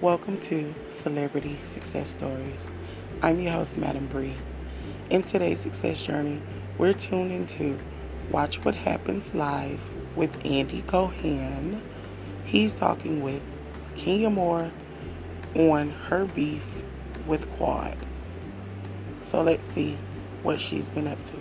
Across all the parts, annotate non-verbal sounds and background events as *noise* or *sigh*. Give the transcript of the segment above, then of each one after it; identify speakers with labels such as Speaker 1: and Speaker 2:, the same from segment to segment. Speaker 1: Welcome to Celebrity Success Stories. I'm your host, Madam Bree. In today's success journey, we're tuned into Watch What Happens Live with Andy Cohen. He's talking with Kenya Moore on her beef with Quad. So let's see what she's been up to.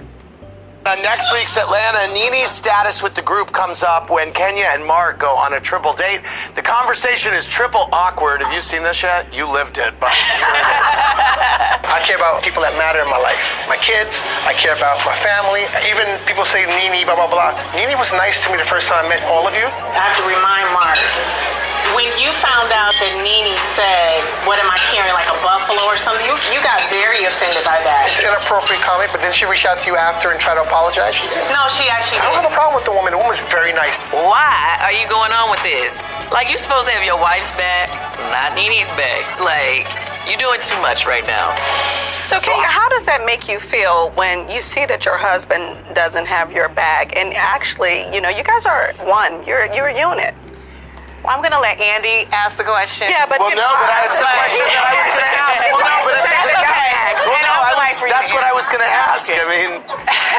Speaker 2: On Uh, next week's Atlanta, Nini's status with the group comes up when Kenya and Mark go on a triple date. The conversation is triple awkward. Have you seen this yet? You lived it, but here it is.
Speaker 3: I care about people that matter in my life. My kids, I care about my family. Even people say Nini, blah, blah, blah. Nini was nice to me the first time I met all of you.
Speaker 4: I have to remind Mark. When you found out that Nene said, "What am I carrying, like a buffalo or something?" You, you got very offended by
Speaker 3: It's an
Speaker 4: that.
Speaker 3: inappropriate comment, but then she reached out to you after and tried to apologize. She did.
Speaker 4: No, she actually
Speaker 3: I don't have a
Speaker 4: did.
Speaker 3: problem with the woman. The woman's very nice.
Speaker 5: Why are you going on with this? Like, you supposed to have your wife's back, not Nene's back. Like, you're doing too much right now.
Speaker 6: So, Kenya, how does that make you feel when you see that your husband doesn't have your bag? And actually, you know, you guys are one. You're you're a unit.
Speaker 4: I'm gonna let Andy ask the question.
Speaker 6: Yeah, but
Speaker 2: Well,
Speaker 6: you-
Speaker 2: no, but that's the
Speaker 6: Right.
Speaker 2: question that I was
Speaker 6: *laughs*
Speaker 2: going to ask. Well, no, but it's a good Well, no, I was, that's what I was going to ask. I mean,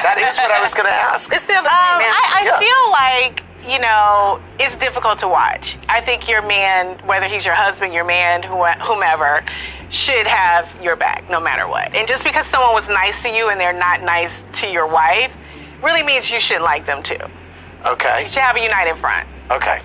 Speaker 2: that is what I was going to ask.
Speaker 6: It's still the
Speaker 4: Um,
Speaker 6: same man.
Speaker 4: I, I
Speaker 2: Yeah.
Speaker 4: feel like you know it's difficult to watch. I think your man, whether he's your husband, your man, who- whomever, should have your back no matter what. And just because someone was nice to you and they're not nice to your wife, really means you should like them too.
Speaker 2: Okay,
Speaker 4: You should have a united front.
Speaker 2: okay.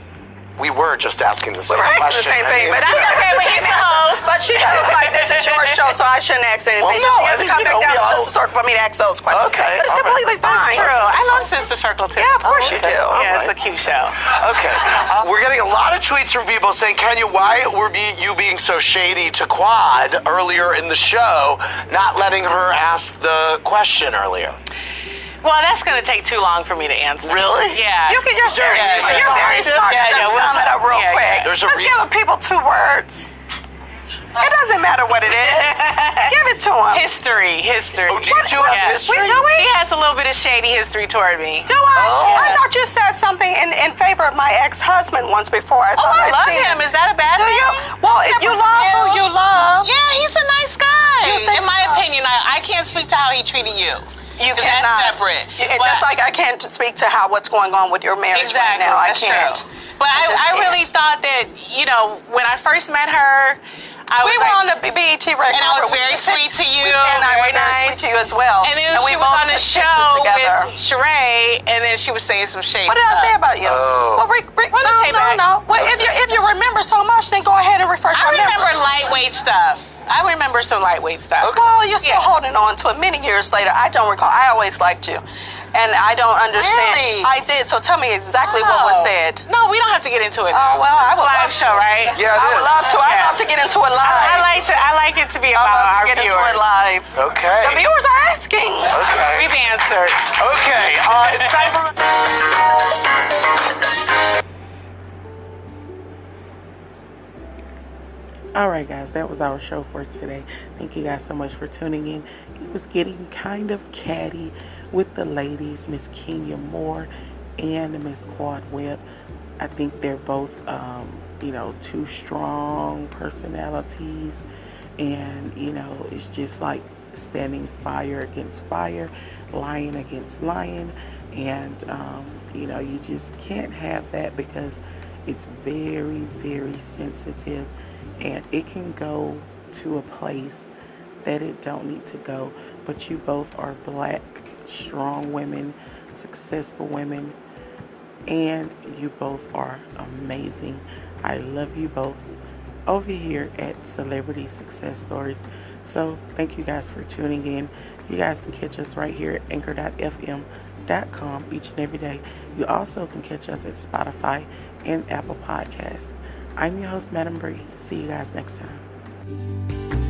Speaker 2: We were just asking the same
Speaker 6: We're asking the
Speaker 2: question.
Speaker 6: same
Speaker 2: I
Speaker 6: thing,
Speaker 2: mean,
Speaker 6: but that's okay. But he's the host. But she feels like this is your show, so I shouldn't ask anything.
Speaker 2: Well,
Speaker 6: So
Speaker 2: no,
Speaker 6: she
Speaker 2: I
Speaker 6: has to
Speaker 2: mean,
Speaker 6: come
Speaker 2: you
Speaker 6: back
Speaker 2: know,
Speaker 6: down
Speaker 2: we
Speaker 6: to
Speaker 2: all-
Speaker 6: Sister Circle for me to ask those questions.
Speaker 2: Okay,
Speaker 6: but it's
Speaker 2: all right.
Speaker 6: completely
Speaker 4: That's
Speaker 6: fine.
Speaker 4: true. Oh, I love Sister Circle too. Oh,
Speaker 6: Yeah, of course you do.
Speaker 4: Yeah,
Speaker 2: Alright.
Speaker 4: it's a cute show.
Speaker 2: Okay, Uh, we're getting a lot of tweets from people saying, Kenya, why were be- you being so shady to Quad earlier in the show, not letting her ask the question earlier?
Speaker 4: Well, that's gonna take too long for me to answer.
Speaker 2: Really?
Speaker 4: Yeah.
Speaker 6: You can, you're,
Speaker 2: Sure,
Speaker 6: very-
Speaker 2: is it
Speaker 6: you're very
Speaker 2: behind it?
Speaker 6: smart.
Speaker 4: Yeah,
Speaker 6: Just
Speaker 4: yeah, we'll-
Speaker 6: sum it up real
Speaker 4: yeah, yeah.
Speaker 6: quick.
Speaker 2: There's a
Speaker 6: Just
Speaker 2: reason-
Speaker 6: give the people two words. It doesn't matter what it
Speaker 4: *laughs*
Speaker 6: is. give it to them.
Speaker 4: History, history.
Speaker 2: Oh, do you two have history?
Speaker 4: Wait, no, wait. He has a little bit of shady history toward me.
Speaker 6: Do I?
Speaker 2: Oh.
Speaker 6: I thought you said something in, in favor of my ex-husband once before. I
Speaker 4: Oh,
Speaker 6: thought
Speaker 4: I
Speaker 6: I'd
Speaker 4: love
Speaker 6: seen
Speaker 4: him. Is that a bad
Speaker 6: Do
Speaker 4: thing?
Speaker 6: you? Well, if you love who you love,
Speaker 4: Yeah, he's a nice guy.
Speaker 6: You think
Speaker 4: In my
Speaker 6: so?
Speaker 4: opinion, I, I can't speak to how he treated you.
Speaker 6: you
Speaker 4: 'Cause
Speaker 6: cannot.
Speaker 4: That's separate.
Speaker 6: And
Speaker 4: But-
Speaker 6: just like I can't speak to how what's going on with your marriage
Speaker 4: exactly,
Speaker 6: right now, I
Speaker 4: that's
Speaker 6: can't.
Speaker 4: True. But I,
Speaker 6: just
Speaker 4: I, really
Speaker 6: can't.
Speaker 4: thought that you know when I first met her, I
Speaker 6: we
Speaker 4: was
Speaker 6: were
Speaker 4: like,
Speaker 6: on the BET record,
Speaker 4: And I was very sweet to you,
Speaker 6: and I
Speaker 4: very
Speaker 6: was very
Speaker 4: nice.
Speaker 6: sweet to you as well.
Speaker 4: And then
Speaker 6: we
Speaker 4: she was
Speaker 6: both
Speaker 4: on the
Speaker 6: took
Speaker 4: show
Speaker 6: pictures together.
Speaker 4: with Sheree, and then she was saying some shade.
Speaker 6: What did I say about you?
Speaker 2: Oh.
Speaker 6: Well, re- re-
Speaker 4: Let me
Speaker 6: no,
Speaker 4: take
Speaker 6: no,
Speaker 4: back.
Speaker 6: no. Well, if you if you remember so much, then go ahead and refresh
Speaker 4: I
Speaker 6: my
Speaker 4: remember
Speaker 6: memory.
Speaker 4: lightweight stuff. I remember some lightweight stuff.
Speaker 6: Well, you're still
Speaker 4: Yeah.
Speaker 6: holding on to it. Many years later, I don't recall. I always liked you, and I don't understand.
Speaker 4: Really? Oh.
Speaker 6: I did. So tell me exactly what was
Speaker 4: No.
Speaker 6: said.
Speaker 4: No, we don't have to get into it.
Speaker 6: Oh
Speaker 4: now.
Speaker 6: well, I would
Speaker 4: live
Speaker 6: love
Speaker 4: show,
Speaker 6: to.
Speaker 4: right?
Speaker 2: Yeah, it
Speaker 6: I would
Speaker 2: is.
Speaker 6: love to. I
Speaker 4: Yeah.
Speaker 6: love to get into it live.
Speaker 4: I like to. I like it to be
Speaker 6: I
Speaker 4: about
Speaker 6: love to
Speaker 4: our
Speaker 6: get
Speaker 4: viewers.
Speaker 6: into it live.
Speaker 2: Okay.
Speaker 6: The viewers are asking.
Speaker 2: Okay.
Speaker 4: We've answered.
Speaker 2: Okay, uh, it's time for.
Speaker 1: All right, guys, that was our show for today. Thank you guys so much for tuning in. It was getting kind of catty with the ladies, Miss Kenya Moore and Miss Quad Webb. I think they're both, um, you know, two strong personalities, and you know, it's just like standing fire against fire, lion against lion, and um, you know, you just can't have that because it's very, very sensitive, and it can go to a place that it don't need to go. But you both are black, strong women, successful women, and you both are amazing. I love you both over here at Celebrity Success Stories. So thank you guys for tuning in. You guys can catch us right here at anchor.fm.com each and every day. You also can catch us at Spotify and Apple Podcasts. I'm your host, Madam Bree. See you guys next time.